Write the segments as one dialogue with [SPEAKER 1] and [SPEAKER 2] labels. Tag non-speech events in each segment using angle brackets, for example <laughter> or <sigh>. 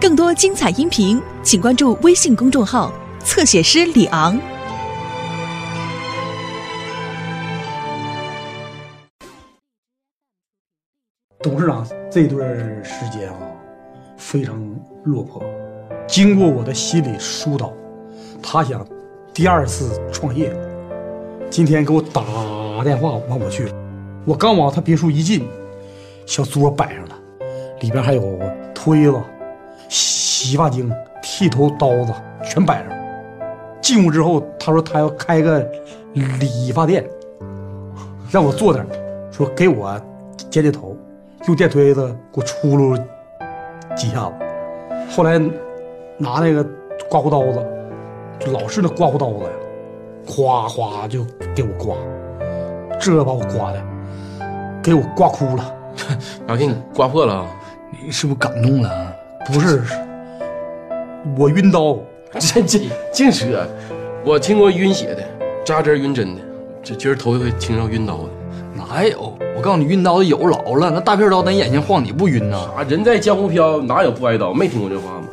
[SPEAKER 1] 更多精彩音频，请关注微信公众号“侧写师李昂
[SPEAKER 2] 董事长这段时间啊，非常落魄。经过我的心理疏导，他想第二次创业。今天给我打电话让我去，我刚往他别墅一进，小桌摆上了，里边还有推子、洗发精、剃头刀子全摆上了。进屋之后，他说他要开个理发店，让我做点儿，说给我剪剪头，用电推子给我出噜几下子。后来拿那个刮胡刀子，就老是那刮胡刀子呀，夸夸就给我刮，这把我刮的，给我刮哭了。
[SPEAKER 3] 然后给你刮破了啊！
[SPEAKER 4] 你是不是感动了啊？
[SPEAKER 2] 不是，我晕刀，
[SPEAKER 3] <laughs> 这这净扯！我听过晕血的，扎针晕针的，这今儿头一回听着晕刀的。
[SPEAKER 4] 哪有？我告诉你，晕刀的有老了，那大片刀在眼前晃，你不晕呐？
[SPEAKER 3] 啊，人在江湖飘，哪有不挨刀？没听过这话吗？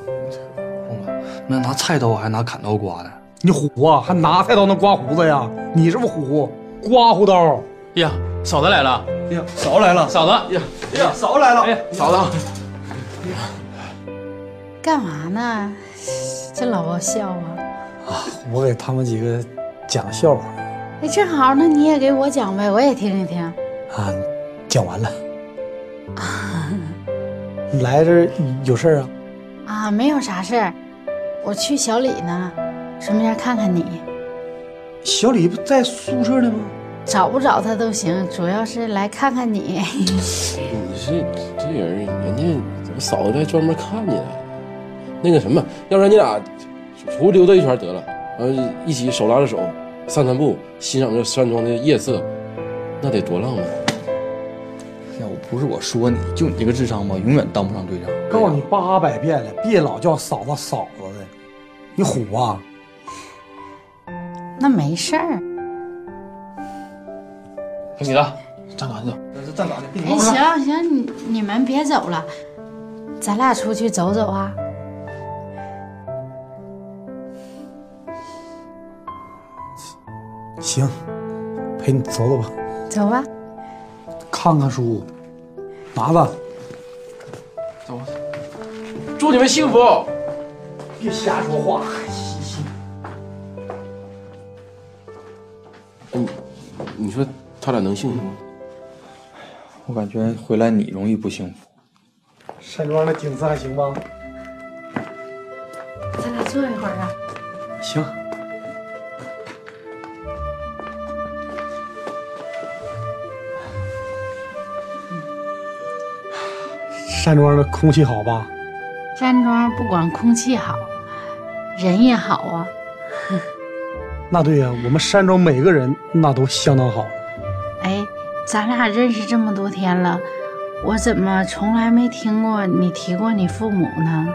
[SPEAKER 4] 那拿菜刀还拿砍刀刮的？
[SPEAKER 2] 你虎啊，还拿菜刀能刮胡子呀？你是不是虎？刮胡刀，
[SPEAKER 5] 呀，嫂子来了！
[SPEAKER 4] 哎呀，嫂来了，
[SPEAKER 5] 嫂子，
[SPEAKER 3] 呀
[SPEAKER 4] 呀，嫂来了
[SPEAKER 5] 哎呀，
[SPEAKER 3] 嫂子，
[SPEAKER 6] 干嘛呢？这老爆笑啊！
[SPEAKER 2] 我给他们几个讲笑话
[SPEAKER 6] 哎，正好，那你也给我讲呗，我也听一听。
[SPEAKER 2] 啊，讲完了。啊你来这儿有事儿啊？
[SPEAKER 6] 啊，没有啥事儿，我去小李呢，顺便看看你，
[SPEAKER 2] 小李不在宿舍呢吗？
[SPEAKER 6] 找不找他都行，主要是来看看你。 <laughs>
[SPEAKER 3] 哎你是这人，人家嫂子还专门看你来。那个什么，要不然你俩出去溜达一圈得了，完了一起手拉着手散散步，欣赏这山庄的夜色，那得多浪漫！啊
[SPEAKER 4] 要不哎是我说你，就你这个智商吧，永远当不上队长。
[SPEAKER 2] 告诉你八百遍了，别老叫嫂子嫂子的，你虎啊！
[SPEAKER 6] 那没事儿，
[SPEAKER 5] 小李子，站哪去？
[SPEAKER 6] 哎，行行，你你们别走了，咱俩出去走走啊。
[SPEAKER 2] 行，陪你走走吧，
[SPEAKER 6] 走吧，
[SPEAKER 2] 看看书，拿吧。
[SPEAKER 3] 祝你们幸福！
[SPEAKER 2] 别瞎说话。
[SPEAKER 3] 嗯，你说他俩能幸福吗？
[SPEAKER 4] 哎我感觉回来你容易不幸福。
[SPEAKER 2] 山庄的景色还行吗？
[SPEAKER 6] 咱俩坐一会儿啊。
[SPEAKER 2] 行。山庄的空气好吧？
[SPEAKER 6] 山庄不光空气好，人也好啊。
[SPEAKER 2] 那对呀、我们山庄每个人那都相当好。
[SPEAKER 6] 哎，咱俩认识这么多天了，我怎么从来没听过你提过你父母呢？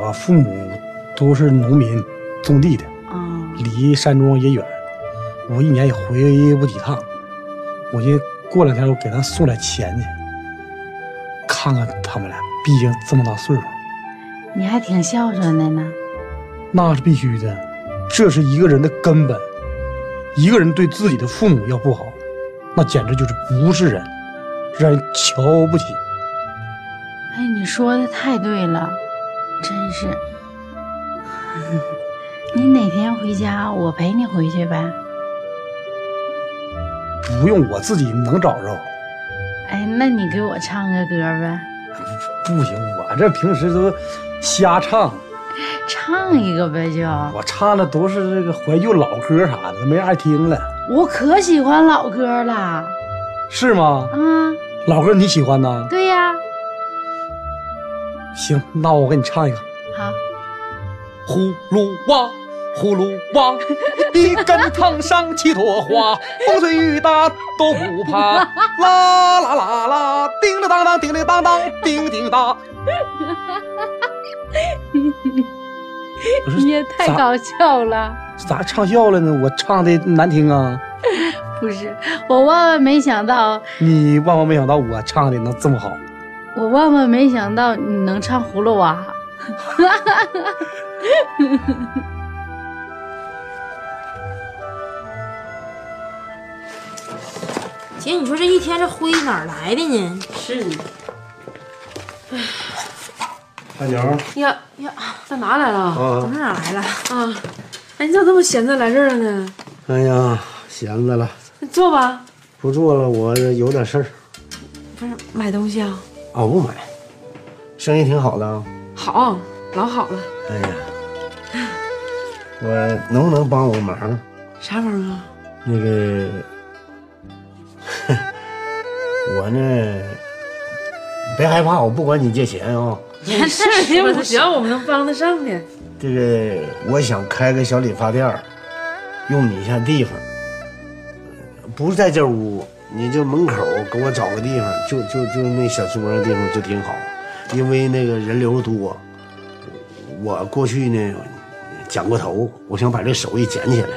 [SPEAKER 2] 我父母都是农民，种地的，
[SPEAKER 6] 啊、
[SPEAKER 2] 离山庄也远，我一年也回不几趟。我寻思过两天我给他送点钱去，看看他们俩，毕竟这么大岁数，
[SPEAKER 6] 你还挺孝顺的呢。
[SPEAKER 2] 那是必须的，这是一个人的根本。一个人对自己的父母要不好，那简直就是不是人，让人瞧不起。
[SPEAKER 6] 哎，你说的太对了，真是。 <laughs> 你哪天回家，我陪你回去呗。
[SPEAKER 2] 不用我自己能找着，
[SPEAKER 6] 哎，那你给我唱个歌呗，
[SPEAKER 2] 不行，我这平时都瞎唱。
[SPEAKER 6] 唱一个呗就。
[SPEAKER 2] 我唱的都是这个怀旧老歌啥的，没人爱听了，
[SPEAKER 6] 我可喜欢老歌了啊、
[SPEAKER 2] 是吗？老歌你喜欢呐？
[SPEAKER 6] 对呀、
[SPEAKER 2] 行，那我给你唱一个。
[SPEAKER 6] 好。
[SPEAKER 4] 葫芦娃，葫芦
[SPEAKER 6] <laughs>
[SPEAKER 4] 娃，一根藤上七朵花，风吹雨打都不
[SPEAKER 7] <laughs>
[SPEAKER 4] 怕。
[SPEAKER 6] <laughs>
[SPEAKER 4] 啦啦啦啦，叮了当当，叮铃当当，叮叮当。
[SPEAKER 2] 不
[SPEAKER 6] 你
[SPEAKER 2] 是，
[SPEAKER 6] 也太搞笑了。
[SPEAKER 2] 咋唱笑了呢？我唱的难听啊！
[SPEAKER 6] 不是，我万万没想到，
[SPEAKER 2] 你万万没想到我唱的能这么好，
[SPEAKER 6] 我万万没想到你能唱葫芦娃、
[SPEAKER 8] 姐，你说这一天这灰哪儿来的呢？
[SPEAKER 9] 是呢。
[SPEAKER 2] 大娘，
[SPEAKER 9] <laughs> 呀呀，啊干嘛来了？
[SPEAKER 8] 怎么哪儿来了？
[SPEAKER 9] 啊，哎，你咋这么闲着来这儿呢？
[SPEAKER 10] 哎呀，闲着了，
[SPEAKER 9] 你坐吧。
[SPEAKER 10] 不做了，我这有点事儿
[SPEAKER 9] 不是买东西啊？
[SPEAKER 10] 啊，不买。生意挺好的啊。
[SPEAKER 9] 好，老好了。
[SPEAKER 10] 哎呀，我能不能帮我忙？
[SPEAKER 9] 啥玩意儿啊？
[SPEAKER 10] 那个， <laughs> 我呢，别害怕，我不管你借钱啊、
[SPEAKER 9] <laughs> 没事儿，也不行，我们能帮得上的。
[SPEAKER 10] 这个我想开个小理发店儿，用你一下地方，不是在这屋，你就门口给我找个地方，就就就那小桌的地方就挺好，因为那个人流多。我过去呢剪过头，我想把这手艺捡起来。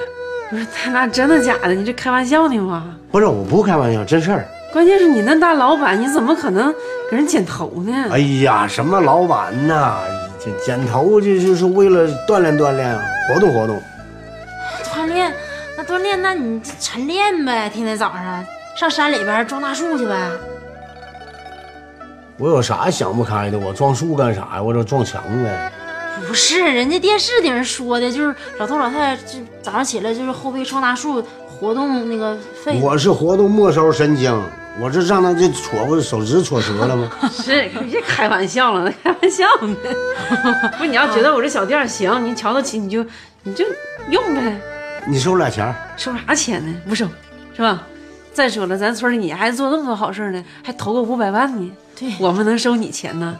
[SPEAKER 9] 不是咱俩真的假的？你这开玩笑呢吗？
[SPEAKER 10] 不是，我不开玩笑，真事儿。
[SPEAKER 9] 关键是你那大老板，你怎么可能给人剪头呢？
[SPEAKER 10] <laughs> 哎呀，什么老板呐，这剪头这就是为了锻炼锻炼，活动活动。
[SPEAKER 8] 锻炼，那锻炼，那你这晨练呗，天天早上上山里边撞大树去呗。
[SPEAKER 10] 我有啥想不开的？我撞树干啥呀？我这撞墙呗。
[SPEAKER 8] 不是，人家电视顶上说的，就是老头老太太这早上起来就是后背撞大树，活动那个肺。
[SPEAKER 10] 我是活动末梢神经，我这让他这戳我手指戳折
[SPEAKER 9] <laughs>
[SPEAKER 10] 了吗？
[SPEAKER 9] 是，你别开玩笑了，开玩笑 <laughs> 呢。不是，你要觉得我这小店儿行，你瞧得起，你就你就用呗，
[SPEAKER 10] 你收俩钱儿，
[SPEAKER 9] 收啥钱呢？不收，是吧？再说了，咱村里你还做那么多好事呢，还投个五百万呢，
[SPEAKER 8] 对
[SPEAKER 9] 我们能收你钱呢？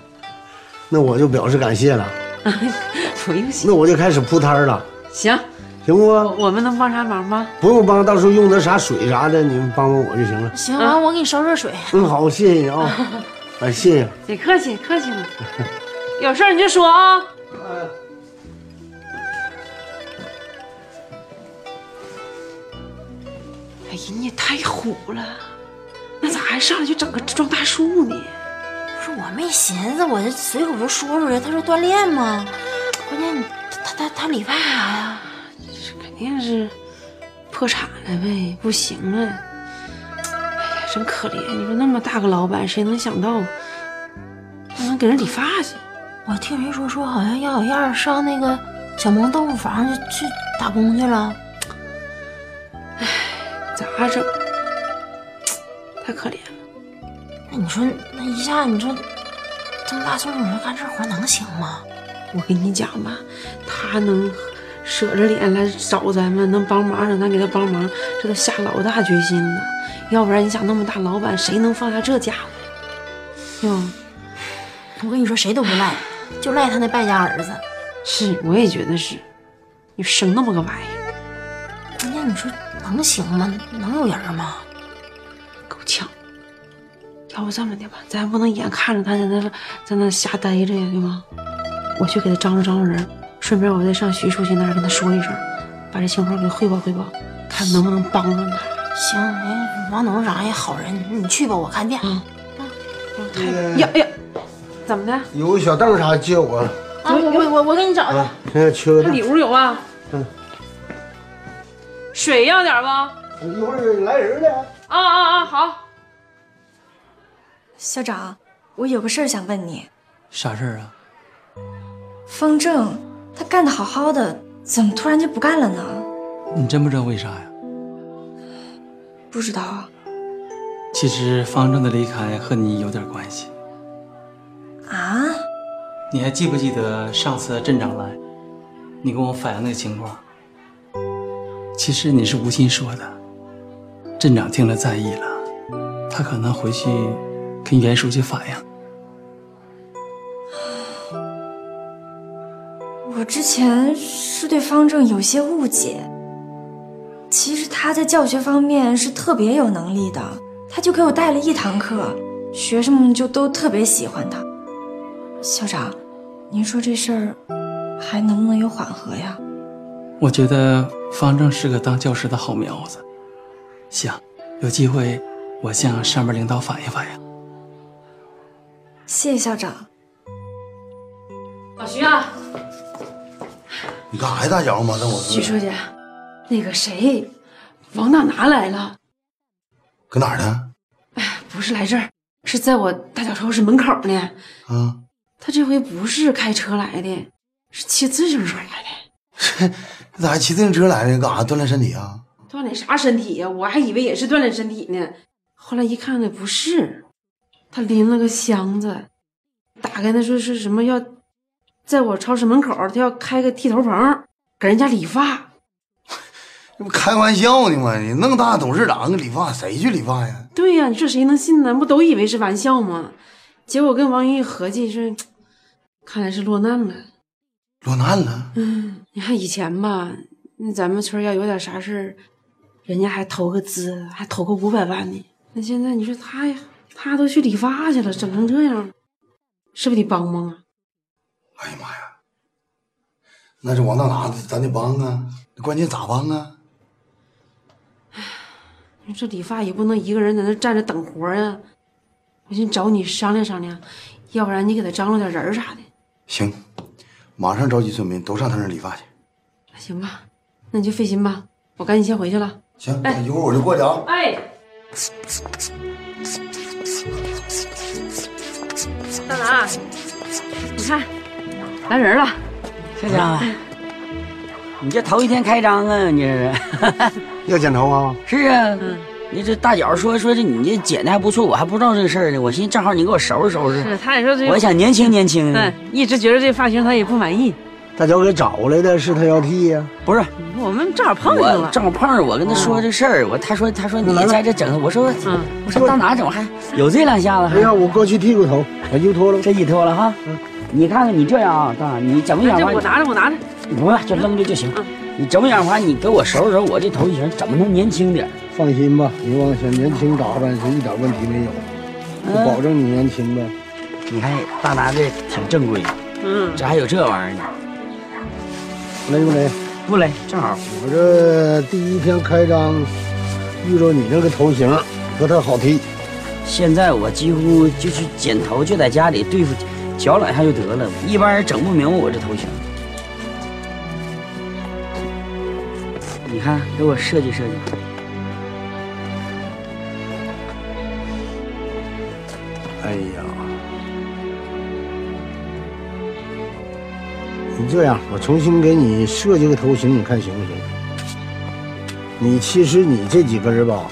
[SPEAKER 10] 那我就表示感谢了，
[SPEAKER 9] <laughs> 不用谢。
[SPEAKER 10] 那我就开始铺摊儿了，
[SPEAKER 9] 行，
[SPEAKER 10] 行
[SPEAKER 9] 我
[SPEAKER 10] 不？
[SPEAKER 9] 我们能帮啥忙吗？
[SPEAKER 10] 不用帮，到时候用的啥水啥的，你们帮帮我就行了。
[SPEAKER 8] 行，
[SPEAKER 9] 啊
[SPEAKER 8] 完我给你烧热水。
[SPEAKER 10] 嗯，好，谢谢你啊，
[SPEAKER 9] <laughs>
[SPEAKER 10] 哎，谢谢。
[SPEAKER 9] 哦别客气，客气了。有事儿你就说啊。哎呀，你也太虎了，那咋还上来就整个装大树呢？
[SPEAKER 8] 不是我没寻思，我就随口就说出来。他说锻炼嘛，关键你他他他理发啥呀？
[SPEAKER 9] 这肯定是破产了呗，不行了。哎呀，真可怜！你说那么大个老板，谁能想到啊还能给人理发去？
[SPEAKER 8] 我听人说说好像要小燕儿上那个小萌豆腐房去去打工去了。
[SPEAKER 9] 咋整？太可怜了。
[SPEAKER 8] 那你说那一下你说这么大岁数你说干这活能行吗？
[SPEAKER 9] 我跟你讲吧，他能舍着脸来找咱们，能帮忙让咱给他帮忙，这都下老大决心了。要不然你想那么大老板，谁能放下这家伙呀？哟，
[SPEAKER 8] 我跟你说谁都不赖，就赖他那败家儿子。
[SPEAKER 9] 是，我也觉得是。你生那么个玩意儿，
[SPEAKER 8] 关键你说能行吗？能有人儿吗？
[SPEAKER 9] 够呛。要不这么的吧，咱不能眼看着他在那在那瞎待着呀，对吗？我去给他张罗张罗人，顺便我再上徐书记那儿跟他说一声，把这情况给汇报汇报，看能不能帮上他。
[SPEAKER 8] 行，人王董事长也好人，你去吧，我看店。
[SPEAKER 9] 嗯
[SPEAKER 8] 啊嗯
[SPEAKER 9] 呀
[SPEAKER 8] 哎
[SPEAKER 9] 呀，怎么的？
[SPEAKER 10] 有个小凳啥借我
[SPEAKER 8] 啊，我我我我给你找去。
[SPEAKER 10] 啊？现在缺个
[SPEAKER 9] 他
[SPEAKER 10] 凳
[SPEAKER 9] 礼，物有啊？
[SPEAKER 10] 嗯。
[SPEAKER 9] 水要点儿不？啊
[SPEAKER 10] 一会儿来人了。
[SPEAKER 9] 啊啊！好。
[SPEAKER 11] 校长，我有个事儿想问你，
[SPEAKER 5] 啥事儿啊？
[SPEAKER 11] 风筝他干得好好的，怎么突然就不干了呢？
[SPEAKER 5] 你真不知道为啥呀？
[SPEAKER 11] 不知道啊
[SPEAKER 5] 其实方正的离开和你有点关系。
[SPEAKER 11] 啊？
[SPEAKER 5] 你还记不记得上次镇长来，你跟我反映那个情况？其实你是无心说的，镇长听了在意了，他可能回去跟袁书记反映。
[SPEAKER 11] 我之前是对方正有些误解，其实他在教学方面是特别有能力的，他就给我带了一堂课，学生们就都特别喜欢他。校长，您说这事儿还能不能有缓和呀？
[SPEAKER 5] 我觉得方正是个当教师的好苗子，行，有机会我向上面领导反映反映。
[SPEAKER 11] 谢谢校长。
[SPEAKER 9] 啊，
[SPEAKER 8] 老徐啊，
[SPEAKER 12] 你干啥呀，大脚妈
[SPEAKER 13] 嗯
[SPEAKER 12] 的，我
[SPEAKER 9] 徐书记，那个谁，王大拿来了，
[SPEAKER 12] 搁哪儿呢？
[SPEAKER 9] 不是来这儿，是在我大脚超市门口呢。
[SPEAKER 12] 啊，
[SPEAKER 9] 他这回不是开车来的，是骑自行车来
[SPEAKER 12] 你咋还骑自行车来了？干啥锻炼身体啊？
[SPEAKER 9] 的。锻炼啥身体呀、我还以为也是锻炼身体呢。后来一看呢，不是，他拎了个箱子，打开那说是什么要，在我超市门口，他要开个剃头棚，给人家理发。
[SPEAKER 12] 这不开玩笑呢吗？你那么大董事长理发，谁去理发呀？
[SPEAKER 9] 对呀、你说谁能信呢？不都以为是玩笑吗？结果跟王云一合计是，看来是落难了。
[SPEAKER 12] 落难了，
[SPEAKER 9] 嗯，你看以前吧，那咱们村儿要有点啥事儿，人家还投个资，还投个五百万呢。那现在你说他呀，他都去理发去了，整成这样，是不是得帮帮啊？
[SPEAKER 12] 那这王大拿咱得帮啊。关键咋帮啊？
[SPEAKER 9] 你说这理发也不能一个人在那站着等活儿啊。我寻思找你商量商量，要不然你给他张罗点人儿啥的，
[SPEAKER 12] 行，马上召集村民都上他那儿理发去。
[SPEAKER 9] 那行吧？那你就费心吧，我赶紧先回去了。
[SPEAKER 12] 行，
[SPEAKER 9] 哎
[SPEAKER 12] 一会儿我就过去啊。
[SPEAKER 9] 哎，大拿，你看，
[SPEAKER 14] 来人了，
[SPEAKER 15] 开张啊！你这头一天开张啊，你这是
[SPEAKER 10] <laughs> 要剪头啊？
[SPEAKER 15] 是啊，
[SPEAKER 14] 嗯
[SPEAKER 15] 你这大脚说说这你这剪的还不错，我还不知道这事儿呢，我寻思正好你给我收拾收
[SPEAKER 14] 是
[SPEAKER 15] 拾，
[SPEAKER 14] 他也说这，
[SPEAKER 15] 我还想年轻年轻
[SPEAKER 14] 嗯
[SPEAKER 15] 的。，
[SPEAKER 14] 一直觉得这发型他也不满意，
[SPEAKER 10] 大脚给找来的是他要剃呀、
[SPEAKER 15] 不是，
[SPEAKER 14] 我们正好碰上
[SPEAKER 15] 我
[SPEAKER 14] 了，哦
[SPEAKER 15] 正好碰上我跟他说这事儿，我他说他说你在这整，我说我说到哪整还有这两下子？
[SPEAKER 10] 哎呀，我过去剃过头，把衣服脱了，嗯
[SPEAKER 15] 这衣脱了哈。你看看你这样啊，大，你怎么
[SPEAKER 14] 哎
[SPEAKER 15] 想
[SPEAKER 14] 这
[SPEAKER 15] 法？
[SPEAKER 14] 我拿着我拿着，
[SPEAKER 15] 不是，就扔着就行。你整不想法，你给我收拾收拾，我这头型怎么能年轻点儿？
[SPEAKER 10] 放心吧，你往小年轻打扮是一点问题没有，
[SPEAKER 15] 嗯
[SPEAKER 10] 我保证你年轻呗。
[SPEAKER 15] 你看大拿这挺正规，
[SPEAKER 14] 嗯，
[SPEAKER 15] 这还有这玩意儿呢。
[SPEAKER 10] 累不累？
[SPEAKER 15] 不累，正好。
[SPEAKER 10] 我这第一天开张，遇着你这个头型，不太好剃。
[SPEAKER 15] 现在我几乎就是剪头就在家里对付脚两下就得了，一般人整不明白我这头型。你看，给我设计设计。
[SPEAKER 10] 哎呀，你这样，我重新给你设计个头型，你看行不行？你其实你这几根儿吧，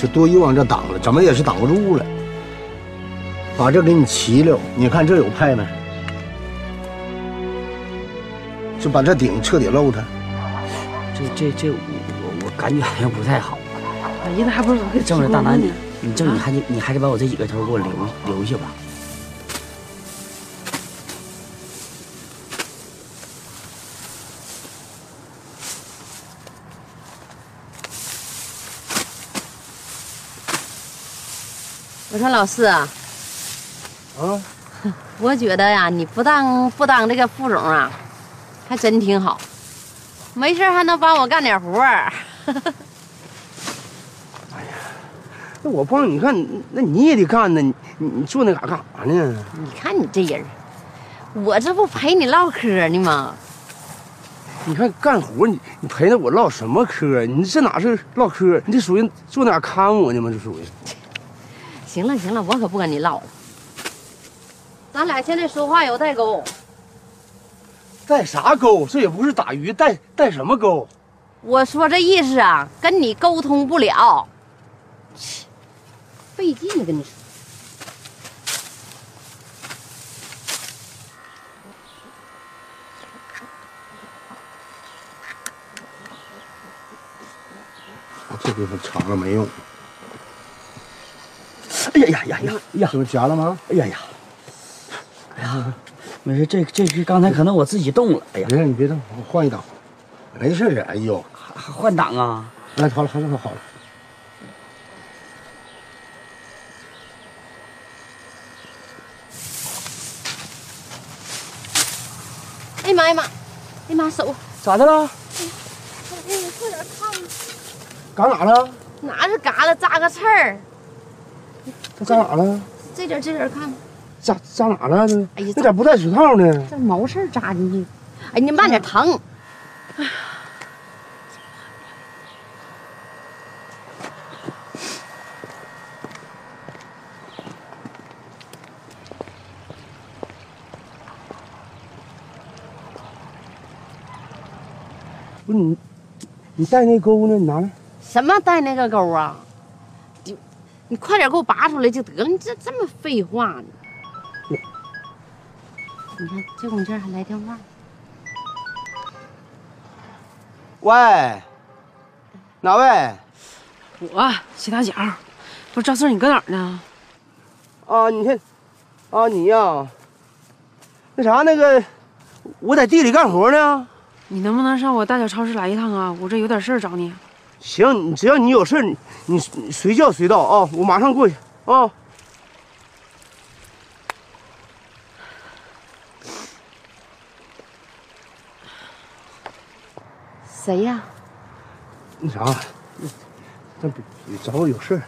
[SPEAKER 10] 就多余往这挡了，怎么也是挡不住了。把这给你齐了，你看这有派没？就把这顶彻底露它。
[SPEAKER 15] 这这这，我我我感觉好像不太好。
[SPEAKER 14] 哎呀，那还不是我给
[SPEAKER 15] 正是大
[SPEAKER 14] 拿
[SPEAKER 15] 南，你你正你还得你还得把我这几个头给我留留下吧。
[SPEAKER 7] 我说老四啊，
[SPEAKER 10] 啊，
[SPEAKER 7] <laughs> 我觉得呀，你不当不当这个副总啊，还真挺好，没事儿还能帮我干点活儿。
[SPEAKER 10] 那我帮你干，那你也得干呢。你你你坐那嘎干啥呢？
[SPEAKER 7] 你看你这人儿，我这不陪你唠嗑呢吗？
[SPEAKER 10] 你看干活，你你陪着我唠什么嗑？啊你这哪是唠嗑？啊你这属于坐那儿看我呢吗？啊这属于。
[SPEAKER 7] <laughs> 行了行了，我可不跟你唠了，咱俩现在说话有代沟。
[SPEAKER 10] 带啥钩？这也不是打鱼，带带什么钩？
[SPEAKER 7] 我说这意思啊，跟你沟通不了，切费劲跟你说。
[SPEAKER 10] 这地方长了没用。哎呀呀呀呀
[SPEAKER 15] 呀！
[SPEAKER 10] 怎么夹了吗？哎呀呀！
[SPEAKER 15] 哎呀，没事，这这是刚才可能我自己动了。哎呀，
[SPEAKER 10] 没事，你别动，我换一档。没事儿，哎呦，
[SPEAKER 15] 换挡啊！
[SPEAKER 10] 那好了，好了，好了。
[SPEAKER 7] 哎呀妈呀妈！哎呀妈，手
[SPEAKER 10] 咋的了？
[SPEAKER 7] 哎呀，快点烫！
[SPEAKER 10] 嘎哪了？
[SPEAKER 7] 哪是嘎了扎个刺儿？
[SPEAKER 10] 他嘎哪了？
[SPEAKER 7] 这点儿这点儿看吧，
[SPEAKER 10] 扎扎哪了？你咋不戴手套呢？
[SPEAKER 7] 哎这毛事儿扎进去，哎，你慢点疼。
[SPEAKER 10] 不是你，你戴那钩呢？你拿来。
[SPEAKER 7] 什么带那个钩啊？你你快点给我拔出来就得了，你这这么废话呢？你看这功夫还来电话，
[SPEAKER 9] 喂，哪位？我谢大脚，不是赵四，你搁哪儿呢？
[SPEAKER 10] 啊，你看，啊，你呀、那啥，那个，我在地里干活呢。
[SPEAKER 9] 你能不能上我大脚超市来一趟啊？我这有点事儿找你。
[SPEAKER 10] 行，你只要你有事儿，你你你随叫随到啊，我马上过去啊。
[SPEAKER 7] 谁呀、
[SPEAKER 10] 那啥，那别别找我有事儿。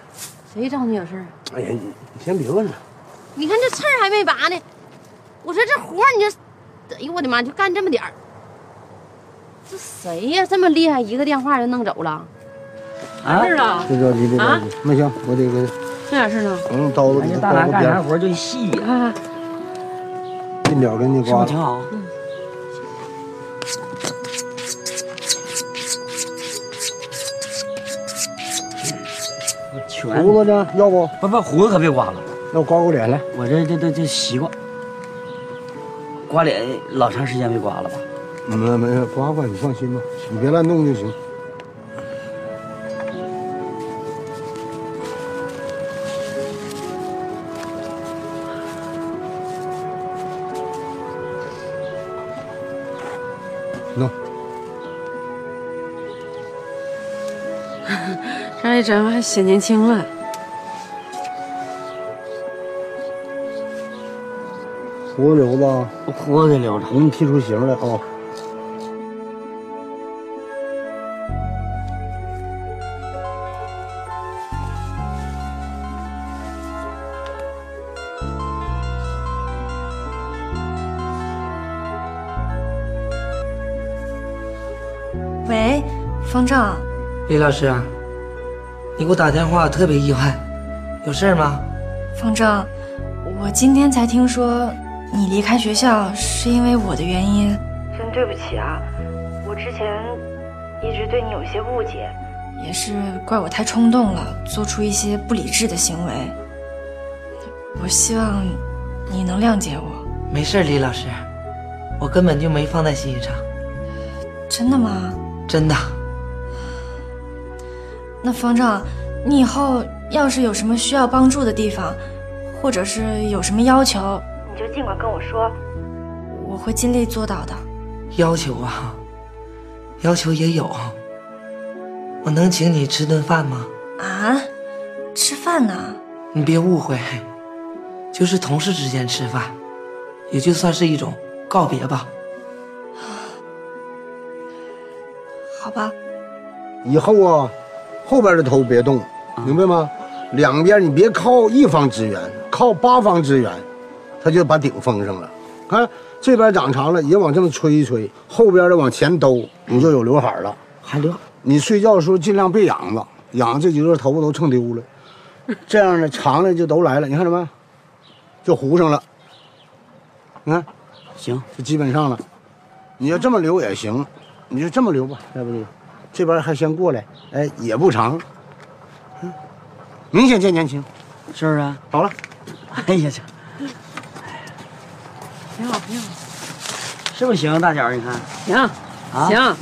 [SPEAKER 7] 谁找你有事儿？
[SPEAKER 10] 哎呀，你你先别问了。
[SPEAKER 7] 你看这刺儿还没拔呢，我说这活儿你就，哎呦我的妈，你就干这么点儿。这谁呀、这么厉害，一个电话就弄走了。
[SPEAKER 15] 啊
[SPEAKER 9] 完事儿了
[SPEAKER 10] 别着急，别着急，那行，我得给
[SPEAKER 9] 这点事儿呢？
[SPEAKER 10] 我用刀子给他
[SPEAKER 15] 哎大
[SPEAKER 10] 刀
[SPEAKER 15] 拿
[SPEAKER 10] 子
[SPEAKER 15] 干啥
[SPEAKER 10] 边，
[SPEAKER 15] 活就细呀、
[SPEAKER 9] 看看
[SPEAKER 10] 近点儿给你
[SPEAKER 15] 是不是
[SPEAKER 10] 刮了。
[SPEAKER 15] 挺好？
[SPEAKER 10] 嗯
[SPEAKER 15] 全
[SPEAKER 10] 胡子呢？要不？
[SPEAKER 15] 不不，胡子可别刮了。
[SPEAKER 10] 那我刮我脸来。
[SPEAKER 15] 我这这这这习惯，刮脸老长时间没刮了吧？ <laughs>
[SPEAKER 10] 没没有刮刮，你放心吧，你别乱动就行。喏，
[SPEAKER 9] 扎一针还显年轻了。
[SPEAKER 10] 胡子留子，
[SPEAKER 15] 胡子留着，
[SPEAKER 10] 给你剃出形来啊。
[SPEAKER 11] 喂，方正，
[SPEAKER 1] 李老师啊，你给我打电话特别意外，有事儿吗？
[SPEAKER 11] 方正，我今天才听说你离开学校是因为我的原因。
[SPEAKER 8] 真对不起啊，我之前一直对你有些误解。
[SPEAKER 11] 也是怪我太冲动了，做出一些不理智的行为。我希望你能谅解我。
[SPEAKER 1] 没事儿，李老师，我根本就没放在心上，
[SPEAKER 11] 真的吗？
[SPEAKER 1] 真的。
[SPEAKER 11] 那方丈，你以后要是有什么需要帮助的地方，或者是有什么要求，
[SPEAKER 8] 你就尽管跟我说，
[SPEAKER 11] 我会尽力做到的。
[SPEAKER 1] 要求啊，要求也有，我能请你吃顿饭吗？
[SPEAKER 11] 啊，吃饭呢？
[SPEAKER 1] 你别误会，就是同事之间吃饭，也就算是一种告别吧。
[SPEAKER 11] 好吧，
[SPEAKER 10] 以后啊，后边的头别动，
[SPEAKER 15] 啊
[SPEAKER 10] 明白吗？两边你别靠一方支援，靠八方支援，他就把顶封上了。看这边长长了，也往这么吹一吹，后边的往前兜，你就有刘海了。
[SPEAKER 15] 还刘海？
[SPEAKER 10] 你睡觉的时候尽量别仰着，仰着这几根头发都蹭丢了。
[SPEAKER 15] <laughs>
[SPEAKER 10] 这样的长的就都来了，你看着没？就糊上了。你看，
[SPEAKER 15] 行，
[SPEAKER 10] 就基本上了。你要这么留也行，你就这么留吧，要不就这边还先过来，哎，也不长，嗯明显见年轻，
[SPEAKER 15] 是不是？
[SPEAKER 10] 好了，
[SPEAKER 15] 哎呀去，
[SPEAKER 9] 挺好，挺好。
[SPEAKER 15] 是不是行？大脚儿，你看，
[SPEAKER 9] 行，
[SPEAKER 15] 啊
[SPEAKER 9] 行，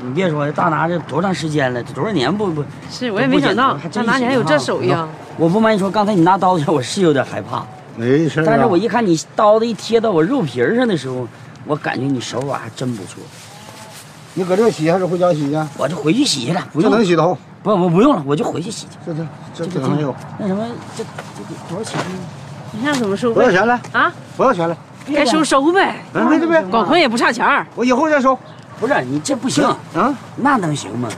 [SPEAKER 15] 你别说，大拿这多长时间了，这多少年不不？
[SPEAKER 9] 是我也没想到
[SPEAKER 15] 还真
[SPEAKER 9] 大拿你还有这手艺啊
[SPEAKER 15] 啊！我不瞒你说，刚才你拿刀的时候，我是有点害怕。
[SPEAKER 10] <laughs> 没事、啊
[SPEAKER 15] 但是我一看你刀子一贴到我肉皮儿上的时候，我感觉你手法还真不错。
[SPEAKER 10] 你搁这洗还是回家洗去？啊
[SPEAKER 15] 我这回去洗去了，不
[SPEAKER 10] 这
[SPEAKER 15] 用
[SPEAKER 10] 能洗头？
[SPEAKER 15] 不不不用了，我就回去洗去。
[SPEAKER 10] 这这这
[SPEAKER 15] 这
[SPEAKER 10] 这能有？
[SPEAKER 15] 那什么，这这得多少钱啊呢？
[SPEAKER 9] 你看怎么收费？
[SPEAKER 10] 多少钱了？
[SPEAKER 9] 啊，
[SPEAKER 10] 不要钱了，
[SPEAKER 9] 该收收呗。
[SPEAKER 10] 哎没没没
[SPEAKER 9] 广坤也不差钱儿。
[SPEAKER 10] 我以后再收。
[SPEAKER 15] 不是你这不行
[SPEAKER 10] 啊，
[SPEAKER 15] 那能行吗？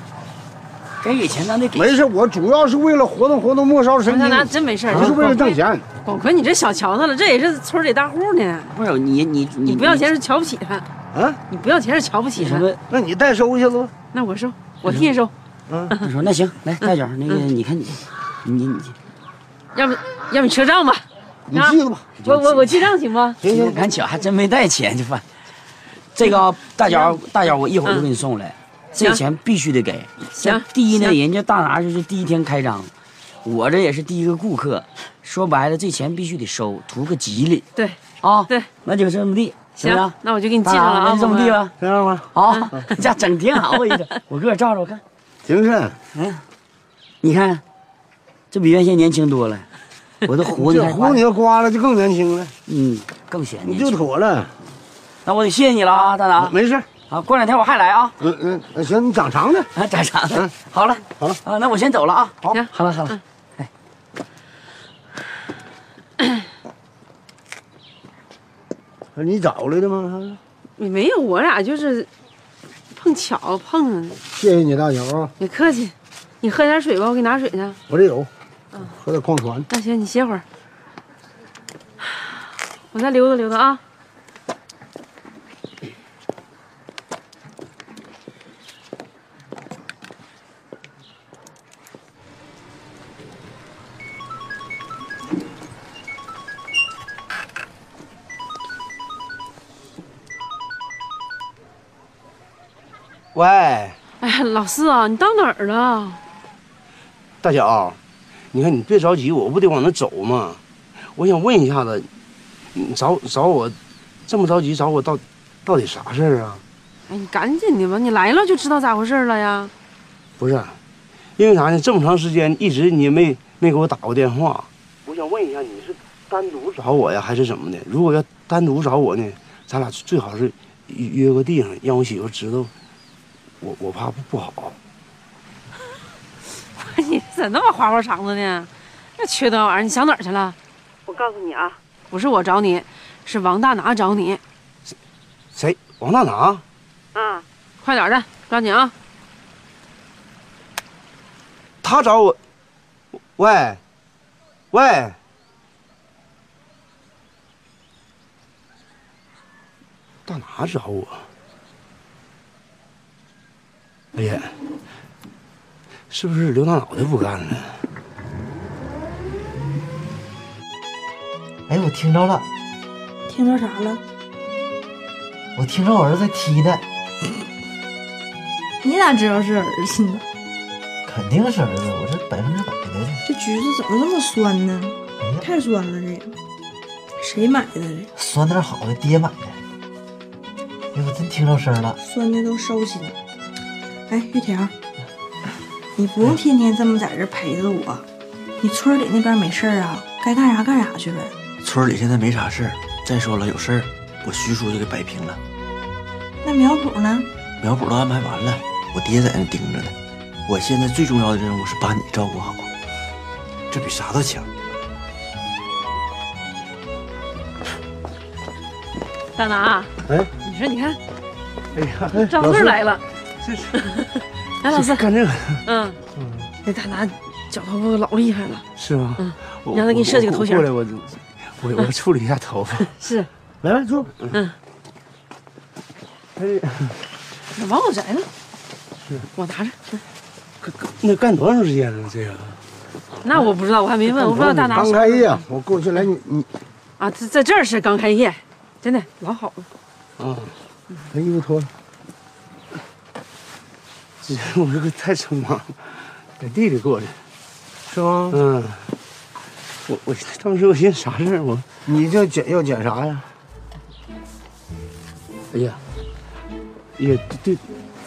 [SPEAKER 15] 该给钱咱得给。
[SPEAKER 14] 没事，我主要是为了活动活动末梢神
[SPEAKER 9] 咱
[SPEAKER 14] 经。啊
[SPEAKER 9] 俩真没事儿
[SPEAKER 14] 不是为了挣钱。
[SPEAKER 9] 广坤，哦你这小瞧他了，这也是村里大户呢。
[SPEAKER 15] 不是你你
[SPEAKER 9] 你不要钱是瞧不起他，
[SPEAKER 14] 啊？
[SPEAKER 9] 你不要钱是瞧不起他。
[SPEAKER 14] 那你代收去了？
[SPEAKER 9] 那我收，我替你收。
[SPEAKER 14] 嗯，
[SPEAKER 15] 你说那行，来大脚，那个
[SPEAKER 9] 嗯
[SPEAKER 15] 你看你，你你
[SPEAKER 9] 要不要不你车账吧？
[SPEAKER 15] 你
[SPEAKER 9] 啊
[SPEAKER 15] 记着吧
[SPEAKER 9] 我我我记账行不？
[SPEAKER 15] 行行，赶啊巧还真没带钱，就饭。这个啊大脚大脚，我一会儿就给你送来，这
[SPEAKER 9] 嗯行
[SPEAKER 15] 钱必须得给。这
[SPEAKER 9] 行
[SPEAKER 15] 第一呢，
[SPEAKER 9] 行
[SPEAKER 15] 人家大拿就是第一天开张，我这也是第一个顾客，说白了这钱必须得收，图个吉利。
[SPEAKER 9] 对
[SPEAKER 15] 啊，
[SPEAKER 9] 对，
[SPEAKER 15] 那就这么地，行不
[SPEAKER 9] 行
[SPEAKER 15] 行？，
[SPEAKER 9] 那我就给你记
[SPEAKER 15] 大
[SPEAKER 9] 上了
[SPEAKER 15] 拿
[SPEAKER 9] 啊。
[SPEAKER 15] 那就这么地吧，
[SPEAKER 14] 这样吧。
[SPEAKER 15] 好， <laughs> 这样整挺
[SPEAKER 14] 啊
[SPEAKER 15] 好，我跟你说，
[SPEAKER 9] <laughs>
[SPEAKER 15] 我给我照照我看。
[SPEAKER 14] 行是，
[SPEAKER 15] 嗯，你看，这比原先年轻多
[SPEAKER 14] <laughs>
[SPEAKER 15] 了，我都胡子
[SPEAKER 14] 这胡你要刮了就更年轻了。
[SPEAKER 15] 嗯，更显
[SPEAKER 14] 你就妥了。
[SPEAKER 15] 那我得谢谢你了啊，大拿。
[SPEAKER 14] 没事。
[SPEAKER 15] 啊，过两天我还来啊。
[SPEAKER 14] 嗯嗯，行，你长长的。嗯
[SPEAKER 15] 啊，长长的。好了，好了啊，那我先走了啊。好，好了，好了。
[SPEAKER 14] 你找来的吗？
[SPEAKER 9] 没有，我俩就是碰巧碰上的。
[SPEAKER 14] 谢谢你，大脚啊，
[SPEAKER 9] 你客气，你喝点水吧，我给你拿水去。
[SPEAKER 14] 我这有，喝点矿泉。
[SPEAKER 9] 那行，你歇会儿，我再溜达溜达啊。
[SPEAKER 14] 喂，
[SPEAKER 9] 哎呀，老四啊，你到哪儿了？
[SPEAKER 14] 大脚，你看你别着急，我不得往那走吗？我想问一下子，你找找我，这么着急找我到到底啥事儿啊？
[SPEAKER 9] 哎，你赶紧的吧，你来了就知道咋回事儿了呀。 <laughs>
[SPEAKER 14] 不是，因为啥呢？这么长时间一直你也没没给我打过电话，我想问一下，你是单独找我呀，还是怎么的？如果要单独找我呢，咱俩最好是约约个地方，让我媳妇知道，我我怕不不好。
[SPEAKER 9] 你咋那么花花肠子呢？那缺德玩意儿，你想哪儿去了？
[SPEAKER 11] 我告诉你啊，
[SPEAKER 9] 不是我找你，是王大拿找你。
[SPEAKER 14] 谁？王大拿？
[SPEAKER 9] 啊，快点儿的，抓紧啊！
[SPEAKER 14] 他找我，喂，喂，大拿找我。哎呀，是不是刘大脑袋不干了？
[SPEAKER 16] 哎，我听着了，
[SPEAKER 17] 听着啥了？
[SPEAKER 16] 我听着我儿子踢呢，
[SPEAKER 17] 你咋知道是儿子呢？
[SPEAKER 16] 肯定是儿子，我这百分之百的。
[SPEAKER 17] 这橘子怎么那么酸呢？太酸了，这个谁买的这？
[SPEAKER 16] 酸点好的，爹买的。哎，我真听着声了。
[SPEAKER 17] 酸的都收心。哎，玉条，你不用天天这么在这陪着我。你村里那边没事儿啊？该干啥干啥去呗。
[SPEAKER 18] 村里现在没啥事儿。再说了，有事儿我徐叔就给摆平了，
[SPEAKER 17] 那苗圃呢？
[SPEAKER 18] 苗圃都安排完了，我爹在那盯着呢。我现在最重要的任务是把你照顾好，这比啥都强。
[SPEAKER 9] 大拿，啊
[SPEAKER 14] 哎，
[SPEAKER 9] 你说你看，
[SPEAKER 14] 哎呀
[SPEAKER 9] 赵四儿来，了。来，老四，
[SPEAKER 14] 干这个，
[SPEAKER 9] 嗯，那大拿绞头发老厉害了，
[SPEAKER 14] 是吗？
[SPEAKER 9] 嗯
[SPEAKER 14] 啊我
[SPEAKER 9] 你让他给你设计个头型
[SPEAKER 14] 我过来，我我我处理一下头发。
[SPEAKER 9] 是，
[SPEAKER 14] 嗯 <laughs> 来来坐。
[SPEAKER 9] 嗯，
[SPEAKER 14] 哎，
[SPEAKER 9] 王有宅呢？
[SPEAKER 14] 是
[SPEAKER 9] 我拿着。
[SPEAKER 14] 那干多长时间了？这个
[SPEAKER 9] 那我不知道，我还没问，啊我不知道大拿
[SPEAKER 14] 刚
[SPEAKER 9] 啥
[SPEAKER 14] 开业，啊我过去来你你
[SPEAKER 9] 啊，在在这儿是刚开业，真的老好了。
[SPEAKER 14] 啊，把衣服脱了。 <laughs> 这我这个太匆忙了，在地里过的，是吗？嗯，我我当时我寻思啥事儿？我你这捡要捡啥呀？哎呀，也对，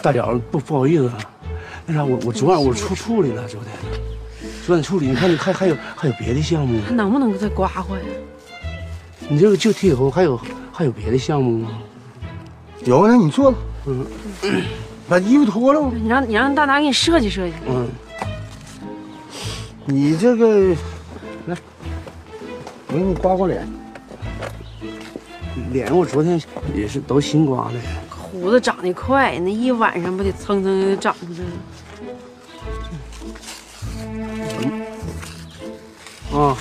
[SPEAKER 14] 大脚不不好意思啊，那啥，我我昨晚我出处理了，昨天，昨晚处理，你看你还还有还有别的项目吗？
[SPEAKER 9] 还能不能再刮刮呀？
[SPEAKER 14] 你这个就剃头还有还有别的项目吗？有，啊那你坐吧。嗯，把衣服脱了吧。
[SPEAKER 9] <clears throat> 你让你让大拿给你设计设计。
[SPEAKER 14] 嗯，你这个来，我给你刮刮脸。脸我昨天也是都新刮的，
[SPEAKER 9] 胡子长得快，那一晚上不得蹭蹭就长出来了。
[SPEAKER 10] 啊，哦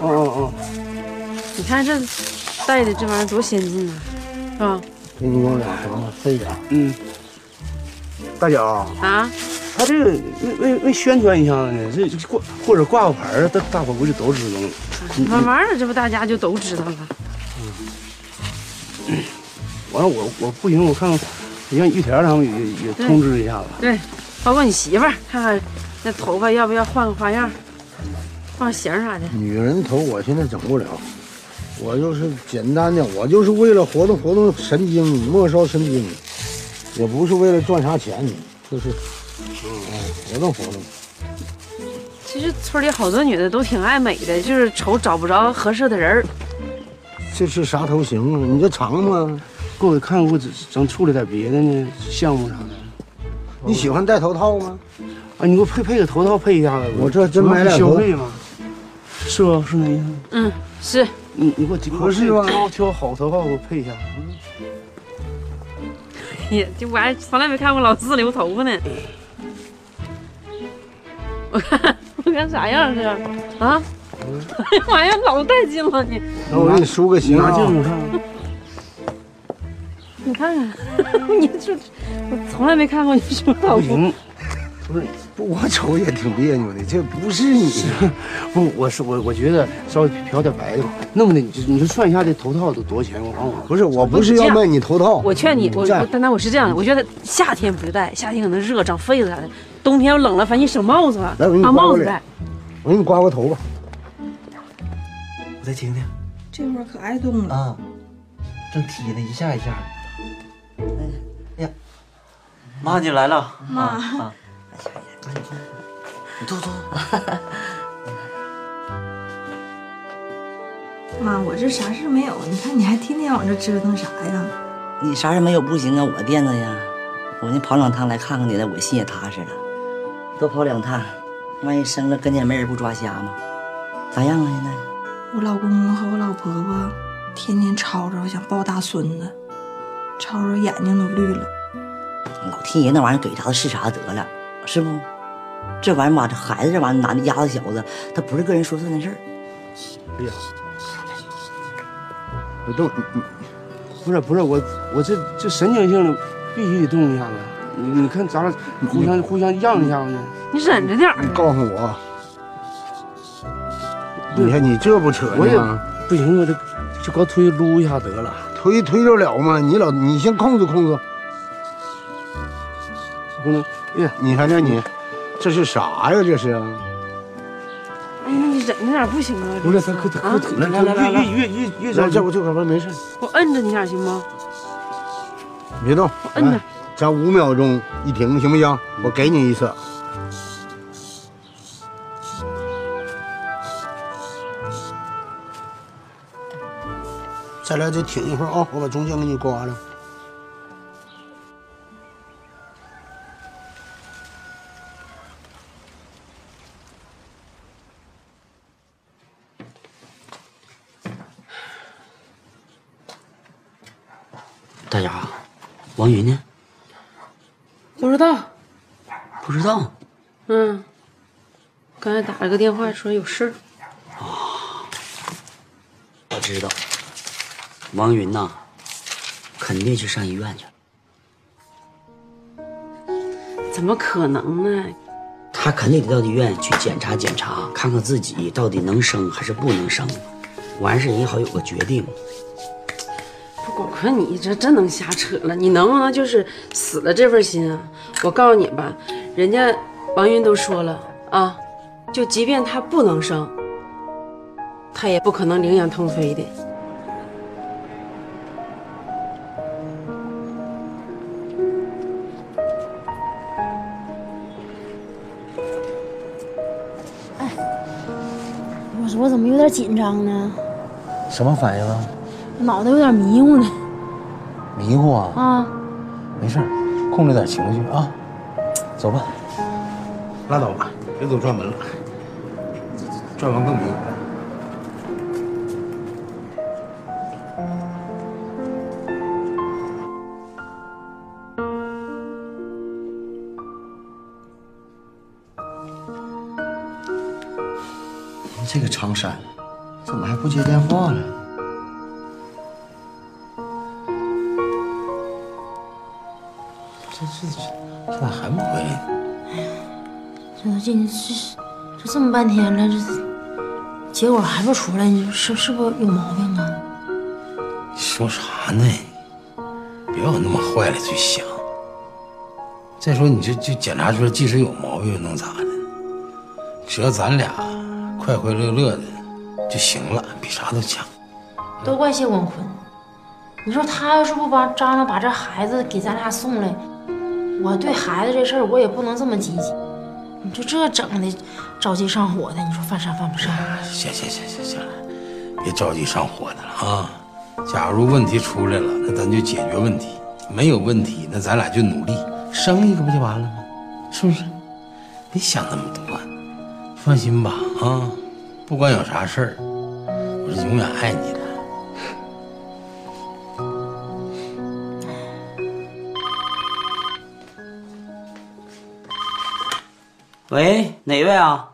[SPEAKER 10] 哦哦，
[SPEAKER 9] 你看这带的这玩意儿多先进呐，是吧？
[SPEAKER 10] 给你我俩什么这个？嗯，大脚啊，
[SPEAKER 9] 啊，
[SPEAKER 10] 他这个为为为宣传一下子呢，这这挂或者挂个牌儿，大大伙估计都知道了。你
[SPEAKER 9] 嗯
[SPEAKER 14] 嗯
[SPEAKER 9] 慢慢的，这不大家就都知道了。
[SPEAKER 10] 完了，我我不行，我看看，也让玉田他们也也
[SPEAKER 9] 对
[SPEAKER 10] 通知一下子。
[SPEAKER 9] 对，包括你媳妇儿，看看那头发要不要换个花样，换型儿啥的。
[SPEAKER 10] 女人头我现在整不了，我就是简单的，我就是为了活动活动神经，末梢神经，也不是为了赚啥钱，就是，嗯，活动活动。
[SPEAKER 9] 其实村里好多女的都挺爱美的，就是瞅找不着合适的人儿。
[SPEAKER 10] 这是啥头型啊？你这长吗？给我看过，整处理点别的呢，项目啥的。你喜欢戴头套吗？啊，你给我配配个头套配一下子。我这真买俩
[SPEAKER 13] 消
[SPEAKER 10] 头
[SPEAKER 13] 费吗？
[SPEAKER 10] 是吧？是那意思吗？
[SPEAKER 9] 嗯，是。
[SPEAKER 10] 你你给我给我
[SPEAKER 13] 合适吗
[SPEAKER 10] 挑挑好头发，给我配一下。
[SPEAKER 9] <laughs> 呀，这玩意儿从来没看过老自留头发呢。 <laughs> 我看我看啥样这啊？ <laughs> 哎呀妈呀，老带劲了你！
[SPEAKER 10] 那我给你梳个型啊
[SPEAKER 13] 拿镜
[SPEAKER 10] 子看。
[SPEAKER 9] 你看看，你 <laughs> 这我从来没看过你梳头
[SPEAKER 10] 不
[SPEAKER 9] 发。
[SPEAKER 10] 行，不是，不，我瞅也挺别扭的，这不是你。不，我是我，我觉得稍微漂点白的，那么的，你就你就算一下这头套都多少钱？我我不是，我不是
[SPEAKER 9] 这
[SPEAKER 10] 要
[SPEAKER 9] 样
[SPEAKER 10] 卖你头套。嗯
[SPEAKER 9] 我劝你，我
[SPEAKER 10] 这样
[SPEAKER 9] 我丹丹，我是这样的，我觉得夏天不戴，夏天可能热长痱子啥的，冬天要冷了，反正省帽子了，
[SPEAKER 10] 来我给你
[SPEAKER 9] 把
[SPEAKER 10] 刮刮
[SPEAKER 9] 帽子
[SPEAKER 10] 脸
[SPEAKER 9] 戴。
[SPEAKER 10] 我给你刮刮头吧。
[SPEAKER 13] 我再听听。
[SPEAKER 17] 这会儿可爱动了。
[SPEAKER 13] 啊，正踢呢，一下一下的。哎呀，哎呀，
[SPEAKER 16] 妈，你来了。
[SPEAKER 17] 妈
[SPEAKER 13] 啊啊
[SPEAKER 16] 你坐坐。
[SPEAKER 17] 妈，我这啥事没有，你看你还天天往这折腾啥呀？
[SPEAKER 19] 你啥事没有不行啊，我惦着呀。我那跑两趟来看看你来，我心也踏实了。多跑两趟，万一生了跟前没人不抓瞎吗？咋样啊？现在
[SPEAKER 17] 我老公和我老婆婆天天吵吵，想抱大孙子，吵吵眼睛都绿了。
[SPEAKER 19] 老天爷那玩意儿给啥子是啥得了，是不？这玩意儿吧，这孩子这玩意儿，男的丫头小子，他不是个人说算的事儿。
[SPEAKER 10] 哎呀，我动，你不是不是我我这这神经性的必须得动一下子。你你看咱俩互
[SPEAKER 13] 嗯
[SPEAKER 10] 相互相让一下子。
[SPEAKER 9] 你忍着点儿。
[SPEAKER 10] 你告诉我，你看你这不扯呢？
[SPEAKER 9] 我也
[SPEAKER 10] 不行，我这就搞推撸一下得了。推推得了吗？你老你先控制控制。不能，呀，你看这你，这是啥呀？这是。
[SPEAKER 9] 哎呀，你忍着点儿不行啊！
[SPEAKER 10] 不是，他可
[SPEAKER 9] 啊
[SPEAKER 10] 可可，
[SPEAKER 9] 来来来来
[SPEAKER 10] 越越越越越这我这块没事，
[SPEAKER 9] 我摁着你点儿行吗？
[SPEAKER 10] 别动，
[SPEAKER 9] 摁着
[SPEAKER 10] 来，咱五秒钟一停，行不行？我给你一次。咱俩就停一会儿啊，我把中间给你刮了。
[SPEAKER 15] 大家，王云呢？
[SPEAKER 9] 不知道，
[SPEAKER 15] 不知道，
[SPEAKER 9] 嗯，刚才打了个电话说有事儿。
[SPEAKER 15] 我知道。王云呐、肯定去上医院去了。
[SPEAKER 9] 怎么可能呢？
[SPEAKER 15] 他肯定得到医院去检查检查，看看自己到底能生还是不能生，完事也好有个决定。
[SPEAKER 9] 不，狗哥，你这真能瞎扯了！你能不能就是死了这份心啊？我告诉你吧，人家王云都说了啊，就即便他不能生，他也不可能领养腾飞的。
[SPEAKER 20] 我说我怎么有点紧张呢？
[SPEAKER 16] 什么反应啊？
[SPEAKER 20] 脑袋有点迷糊呢。
[SPEAKER 16] 迷糊
[SPEAKER 9] 嗯
[SPEAKER 16] 啊？
[SPEAKER 20] 啊，
[SPEAKER 16] 没事儿，控制点情绪啊。走吧。
[SPEAKER 10] 拉倒吧，别给我转门了，转完更迷。
[SPEAKER 16] 这个长山怎么还不接电话呢？
[SPEAKER 13] 这这这这咋还不回来？
[SPEAKER 8] 这这这这这么半天了，这结果还不出来，你说是是不是有毛病啊？
[SPEAKER 13] 你说啥呢？别往那么坏了去想。再说你就就检查出来，即使有毛病能咋的？只要咱俩快快乐乐的就行了，比啥都强。
[SPEAKER 8] 都怪谢广坤，你说他要是不帮张罗把这孩子给咱俩送来，我对孩子这事儿我也不能这么积极。你说这整的着急上火的，你说犯啥犯不上？
[SPEAKER 13] 哎行行行行行了，别着急上火的了啊！假如问题出来了，那咱就解决问题；没有问题，那咱俩就努力生一个不就完了吗？是不是？别想那么多，放心吧啊！不管有啥事儿，我是永远爱你的。
[SPEAKER 15] 喂，哪位啊？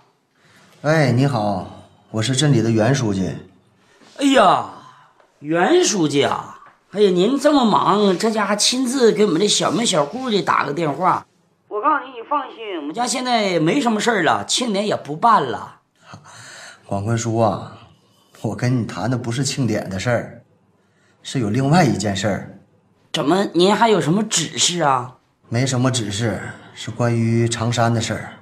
[SPEAKER 16] 哎，你好，我是镇里的袁书记。
[SPEAKER 15] 哎呀，袁书记啊，哎呀，您这么忙，这家亲自给我们这小门小户的打个电话。我告诉你，你放心，我
[SPEAKER 8] <laughs>
[SPEAKER 15] 们家现在没什么事儿了，庆典也不办了。
[SPEAKER 16] 广坤叔啊，我跟你谈的不是庆典的事儿，是有另外一件事儿。
[SPEAKER 15] 怎么，您还有什么指示啊？
[SPEAKER 16] 没什么指示，是关于长山的事儿。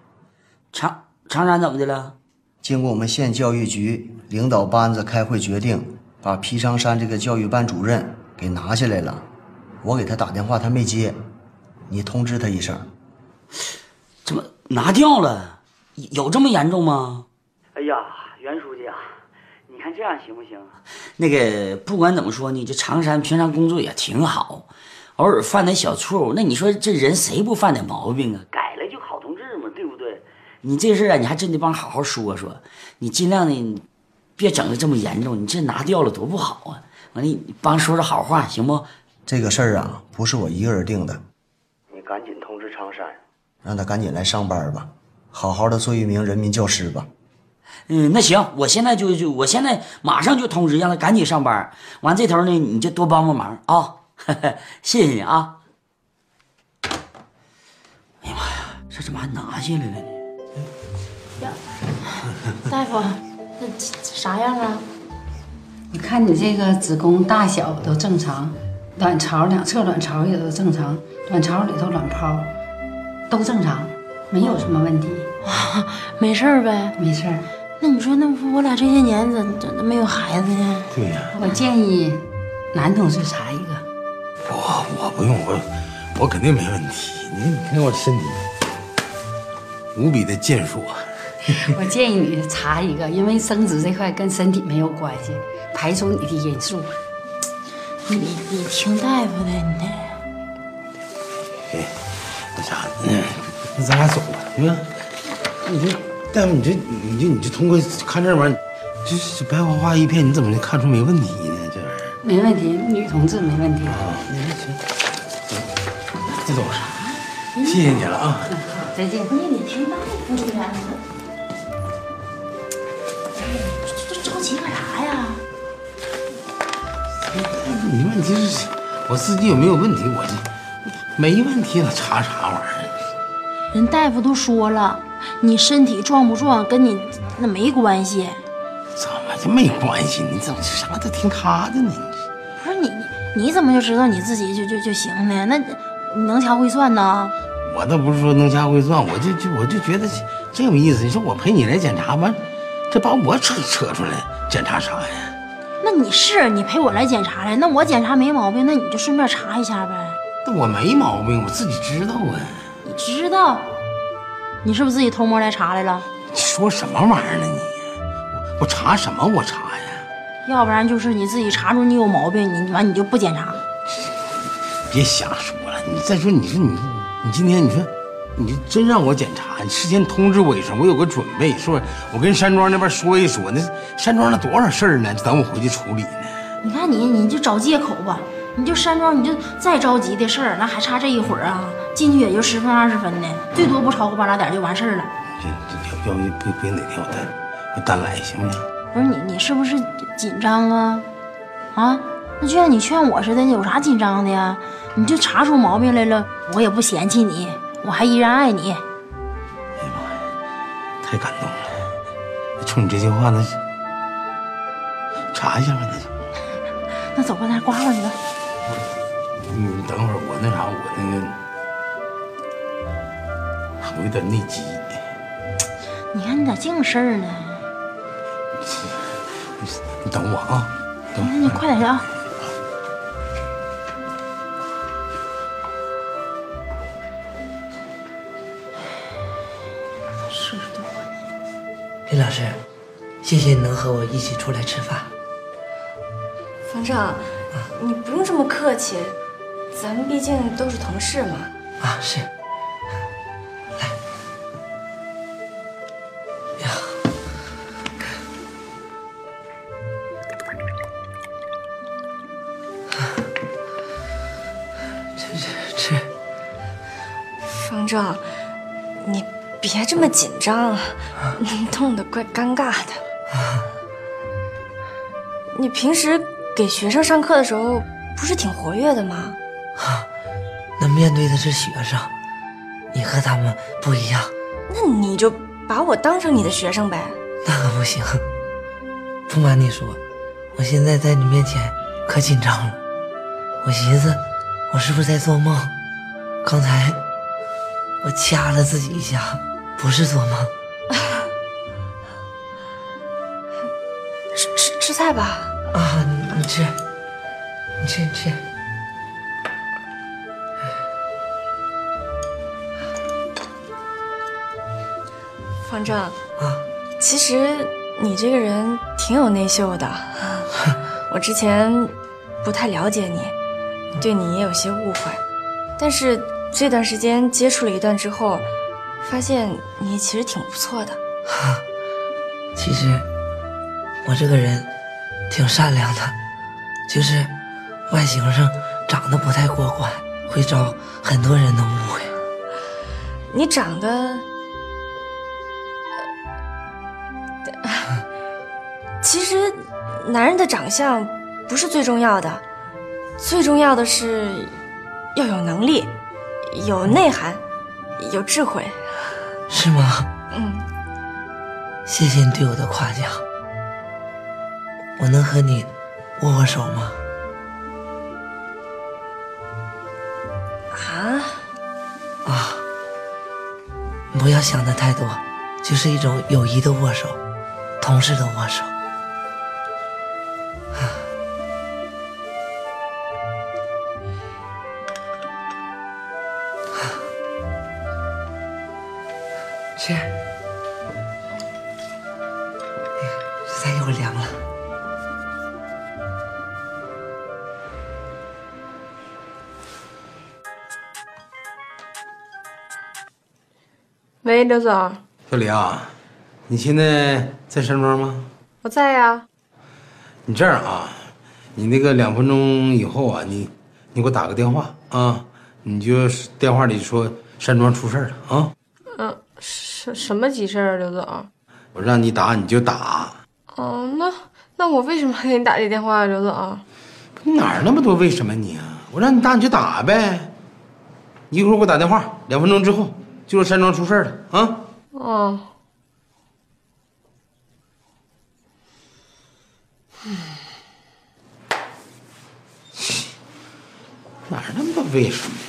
[SPEAKER 15] 长长山怎么的了？
[SPEAKER 16] 经过我们县教育局领导班子开会决定，把皮长山这个教育办主任给拿下来了。我给他打电话，他没接，你通知他一声。
[SPEAKER 15] 怎么拿掉了？有这么严重吗？
[SPEAKER 21] 哎呀，袁书记啊，你看这样行不行？啊
[SPEAKER 15] 那个不管怎么说呢，这长山平常工作也挺好，偶尔犯点小错误，那你说这人谁不犯点毛病啊？
[SPEAKER 21] 改了就好同志嘛，对不对？
[SPEAKER 15] 你这事儿啊，你还真得帮好好说说，你尽量的，别整的这么严重，你这拿掉了多不好啊！完了，你帮说说好话行不？
[SPEAKER 16] 这个事儿啊，不是我一个人定的，
[SPEAKER 21] 你赶紧通知常山。
[SPEAKER 16] 让他赶紧来上班吧，好好的做一名人民教师吧。
[SPEAKER 15] 嗯，那行，我现在就就我现在马上就通知，让他赶紧上班。完这头呢，你就多帮帮忙啊！ <laughs> 谢谢你啊！哎呀妈呀，这怎么还拿下来了呢？
[SPEAKER 8] 大夫，那这这啥样啊？
[SPEAKER 6] <laughs> 你看你这个子宫大小都正常，卵巢两侧卵巢也都正常，卵巢里头卵泡都正常，没有什么问题。
[SPEAKER 8] 没事儿呗，
[SPEAKER 6] 没事儿。
[SPEAKER 8] 那你说，那我俩这些年怎怎么没有孩子呢？
[SPEAKER 13] 对呀、
[SPEAKER 6] 我建议男同事查一个，
[SPEAKER 13] 我我不用，我我肯定没问题。你你看我身体无比的健硕，
[SPEAKER 6] 我建议你查一个，因为生殖这块跟身体没有关系，排除你的因素。
[SPEAKER 8] 你你听大夫的，你这
[SPEAKER 13] 那啥，嗯那咱俩走吧。你看，你这大夫，你这你这你这通过看这玩意儿，这这白花花一片，你怎么能看出没问题呢？这玩意儿，
[SPEAKER 6] 没问题，女同志没问题。
[SPEAKER 13] 这走吧，谢谢你了啊。
[SPEAKER 6] 再见。
[SPEAKER 8] 你也得听大夫的呀。这这着急干啥呀？
[SPEAKER 13] 你问题是我自己有没有问题？我这没问题，我查啥玩意儿？
[SPEAKER 8] 人大夫都说了，你身体壮不壮跟你那没关系。
[SPEAKER 13] 怎么啊就没关系？你怎么啥都听他的呢？
[SPEAKER 8] 不是你你你怎么就知道你自己就就就行呢？那你能掐会算呢？
[SPEAKER 13] 我倒不是说能掐会算，我就就我就觉得真有意思。你说我陪你来检查完，这把我扯扯出来，检查啥呀？
[SPEAKER 8] 那你是你陪我来检查来，那我检查没毛病，那你就顺便查一下呗。
[SPEAKER 13] 那我没毛病，我自己知道啊。
[SPEAKER 8] 你知道，你是不是自己偷摸来查来了？
[SPEAKER 13] 你说什么玩意儿呢你？我我查什么？我查呀？
[SPEAKER 8] 要不然就是你自己查出你有毛病，你完你就不检查。
[SPEAKER 13] 别瞎说了。你再说，你说你你今天你说你真让我检查，你事先通知我一声，我有个准备，是不是？我跟山庄那边说一说，那山庄那多少事儿呢？等我回去处理呢。
[SPEAKER 8] 你看你，你就找借口吧，你就山庄，你就再着急的事儿，那还差这一会儿啊，进去也就十分二十分的，最多不超过半拉点儿就完事儿了。
[SPEAKER 13] 这这要要不不哪天我再我单来行不行？
[SPEAKER 8] 不是你，你是不是紧张啊？啊，那就像你劝我似的，你有啥紧张的呀？你就查出毛病来了，我也不嫌弃你，我还依然爱你。
[SPEAKER 13] 太感动了。冲你这句话，那是查一下吧，那就。
[SPEAKER 8] 那走吧，那刮刮去吧。
[SPEAKER 13] 你等会儿我那啥，我那个我有点内急，
[SPEAKER 8] 你看你咋净事儿呢？
[SPEAKER 13] 你等我啊。
[SPEAKER 8] 那你快点去啊！
[SPEAKER 1] 是的，李老师，谢谢你能和我一起出来吃饭。
[SPEAKER 11] 方正，你不用这么客气，咱们毕竟都是同事嘛。
[SPEAKER 1] 啊，是。来，呀，
[SPEAKER 11] 吃吃吃。方正，你别这么紧张啊，弄得怪尴尬的。你平时给学生上课的时候，不是挺活跃的吗？
[SPEAKER 1] 那面对的是学生，你和他们不一样，
[SPEAKER 11] 那你就把我当成你的学生呗。
[SPEAKER 1] <laughs> 那可不行。不瞒你说，我现在在你面前可紧张了。我寻思，我是不是在做梦？刚才我掐了自己一下，不是做梦。
[SPEAKER 11] 吃吃吃菜吧。
[SPEAKER 1] 啊，你你吃，你吃你吃。
[SPEAKER 11] 方正，其实你这个人挺有内秀的， <laughs> 我之前不太了解你，对你也有些误会，但是这段时间接触了一段之后，发现你其实挺不错的。
[SPEAKER 1] 其实我这个人挺善良的，就是外形上长得不太过关，会招很多人的误会。
[SPEAKER 11] 你长得，呃对呃 <laughs> 其实男人的长相不是最重要的，最重要的是要有能力、有内涵、有智慧。
[SPEAKER 1] 是吗？
[SPEAKER 11] 嗯，
[SPEAKER 1] 谢谢你对我的夸奖。我能和你握握手吗？
[SPEAKER 11] 啊，
[SPEAKER 1] 啊，不要想的太多，就是一种友谊的握手，同事的握手。啊啊吃，哎呀，哎这菜一会儿凉了。
[SPEAKER 22] <laughs> 喂，刘总，
[SPEAKER 13] 小李啊，你现在在山庄吗？
[SPEAKER 22] 我在呀。
[SPEAKER 13] 你这样啊，你那个两分钟以后啊，你你给我打个电话啊，你就电话里说山庄出事儿了啊，
[SPEAKER 22] 嗯，什什么急事儿啊，刘总？
[SPEAKER 13] 我让你打你就打，
[SPEAKER 22] 哦，那那我为什么还给你打这电话啊，刘总？
[SPEAKER 13] 你哪儿那么多为什么你啊？我让你打你就打呗，一会儿给我打电话，两分钟之后就说山庄出事儿了啊。
[SPEAKER 22] 哦，
[SPEAKER 13] 哪儿那么多为什么呀？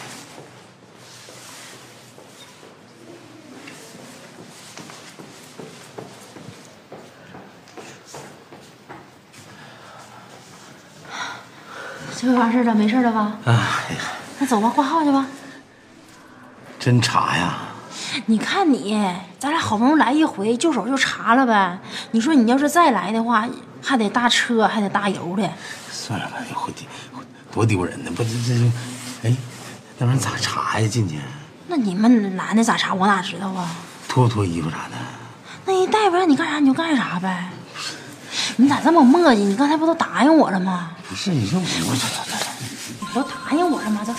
[SPEAKER 8] 这回完事儿了，没事儿了吧？
[SPEAKER 13] 哎，
[SPEAKER 8] 那走吧，挂号去吧。
[SPEAKER 13] 真查呀？
[SPEAKER 8] 你看你，咱俩好不容易来一回，就手就查了呗。你说你要是再来的话，还得搭车，还得搭油的。
[SPEAKER 13] 算了吧，哎呦回去多丢人呢！不，这这这，哎，那玩意儿咋查呀？进去
[SPEAKER 8] 那你们男的咋查，我哪知道啊？
[SPEAKER 13] 脱不脱衣服啥的？
[SPEAKER 8] 那人大夫让你干啥你就干啥呗。你咋这么磨叽？你刚才不都答应我了吗？
[SPEAKER 13] 不是，你说我我这
[SPEAKER 8] 你不都答应我了吗？这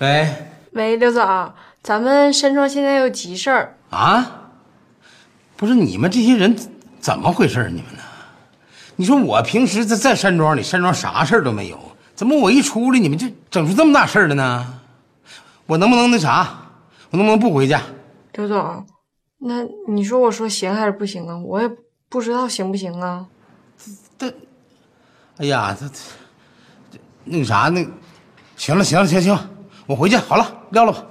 [SPEAKER 13] 喂，
[SPEAKER 22] 喂，刘总，咱们深创现在有急事儿，
[SPEAKER 13] 啊？不是你们这些人怎怎么回事儿？你们呢？你说我平时在在山庄里，山庄啥事儿都没有，怎么我一出来，你们就整出这么大事儿来呢？我能不能那啥？我能不能不回家？
[SPEAKER 22] 刘总，那你说我说行还是不行啊？我也不知道行不行啊。
[SPEAKER 13] 哎呀，这这这那个啥，那行了行了行行，我回去好了，撂了吧。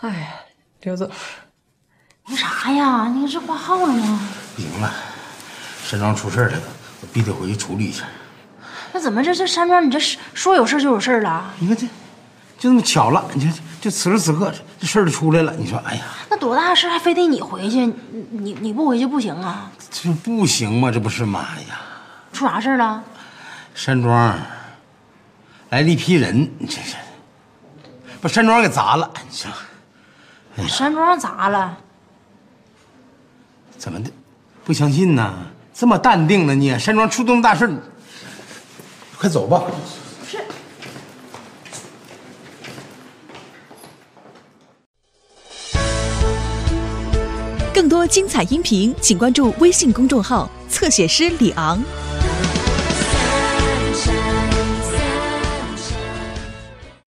[SPEAKER 22] 哎呀，刘总，
[SPEAKER 8] 那啥呀？你这挂号了吗？
[SPEAKER 13] 不行了，山庄出事儿了，我必须得回去处理一下。
[SPEAKER 8] 那怎么这这山庄你这是说有事儿就有事儿了？
[SPEAKER 13] 你看这，就那么巧了，你看就此时此刻这这事儿就出来了。你说，哎呀，
[SPEAKER 8] 那多大事儿还非得你回去？你你你不回去不行啊？
[SPEAKER 13] 这不行嘛，这不是吗？哎呀，
[SPEAKER 8] 出啥事儿了？
[SPEAKER 13] 山庄来了一批人，你这是把山庄给砸了。哎你说
[SPEAKER 8] 山庄咋了？
[SPEAKER 13] 怎么的？不相信呢？这么淡定呢你？山庄出这么大事儿，你快走吧。
[SPEAKER 3] 更多精彩音频，请关注微信公众号“侧写师李昂”。